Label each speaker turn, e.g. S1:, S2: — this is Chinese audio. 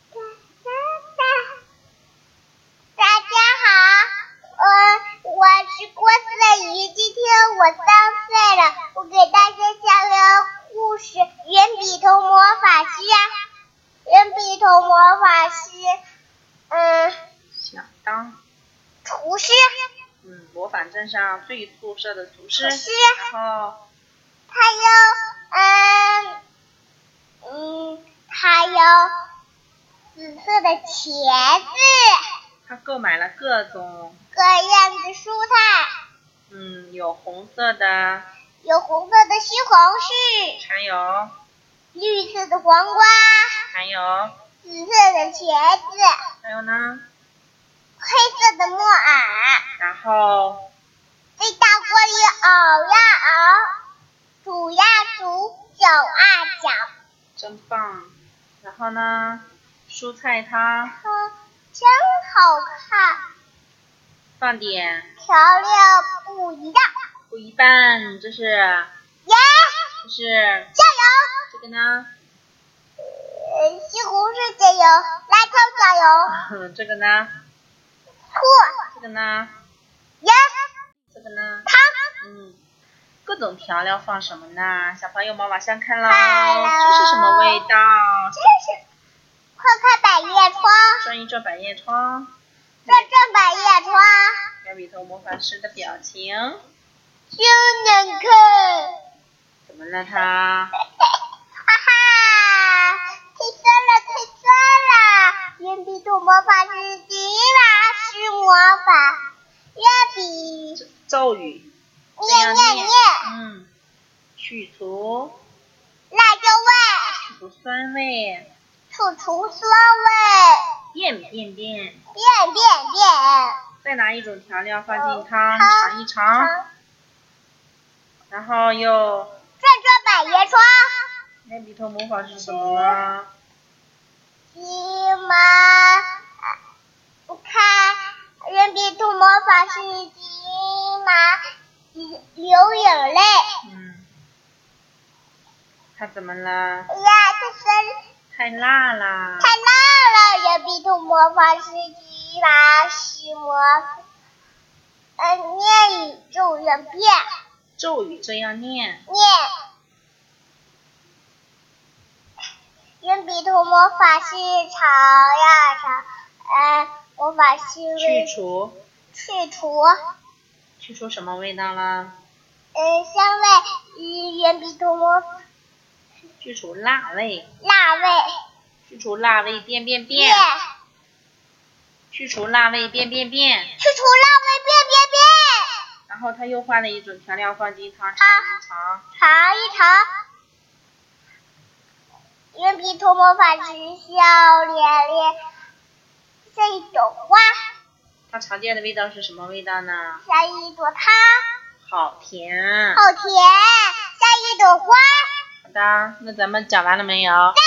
S1: 呃啊跟碧头魔法师，嗯，
S2: 想当，
S1: 厨师，
S2: 嗯，模仿镇上最出色的厨师，
S1: 厨师
S2: 然后
S1: 还有，嗯，嗯，还有紫色的茄子，
S2: 他购买了各种，
S1: 各样的蔬菜，
S2: 嗯，有红色的，
S1: 有红色的西红柿，
S2: 还有
S1: 绿色的黄瓜，
S2: 还有
S1: 紫色的茄子，
S2: 还有呢，
S1: 黑色的木耳。
S2: 然后
S1: 在大锅里熬呀熬，煮呀煮，搅啊搅，
S2: 真棒，然后呢，蔬菜汤
S1: 嗯，真好看，
S2: 放点
S1: 调料不一样，
S2: 不一半，这是
S1: 耶！
S2: 这是
S1: 加油！
S2: 这个呢，
S1: 呃，西红柿加油，辣椒加油，
S2: 这个呢，
S1: 醋
S2: 这个呢，
S1: 耶！
S2: 这个呢，
S1: 汤
S2: 嗯，各种调料放什么呢？小朋友们往上看喽，
S1: 看喽
S2: 这是什么味道？
S1: 真是，快看百叶窗，
S2: 转一转百叶窗，
S1: 转转百叶窗，
S2: 小比头魔法师的表情，
S1: 真能看。
S2: 怎么了
S1: 哈
S2: 他？
S1: 哈，退缩了，退缩了！原地做魔法师，迪拉是魔法，要比
S2: 咒咒语，这
S1: 念
S2: 样
S1: 念念，
S2: 嗯，去除
S1: 辣椒
S2: 去除酸味，
S1: 味，楚除酸味，
S2: 变变变。
S1: 变变变，
S2: 再拿一种调料放进
S1: 哦
S2: 汤
S1: 汤
S2: 尝一
S1: 好
S2: 尝，然后又
S1: 转转百叶窗，
S2: 那鼻头魔法是什么呢？
S1: 急忙看原地做魔法师，急忙流眼泪。
S2: 嗯，它怎么了？
S1: 呀，这身。
S2: 太辣啦！
S1: 太辣了！人比兔魔法师吉拉是魔，呃，念宇宙人变
S2: 咒语这样念，
S1: 念。人比兔魔法师吵呀吵，呃，魔法师
S2: 去
S1: 为
S2: 除
S1: 去除，呃，
S2: 去除什么味道啦？
S1: 香味，呃，人比兔魔
S2: 去除辣味，
S1: 辣味
S2: 去除辣味变变变
S1: 变，，
S2: 去除辣味变变变。
S1: 去除辣
S2: 然后他又换了一种调料放进汤尝一尝，
S1: 味变变变，尝一尝。圆皮头魔法师笑脸脸，像一朵花，
S2: 它常见的味道是什么味道呢？
S1: 像一朵汤，
S2: 好甜。啊
S1: 好甜，像一朵花。
S2: 好的，那咱们讲完了没有？
S1: 对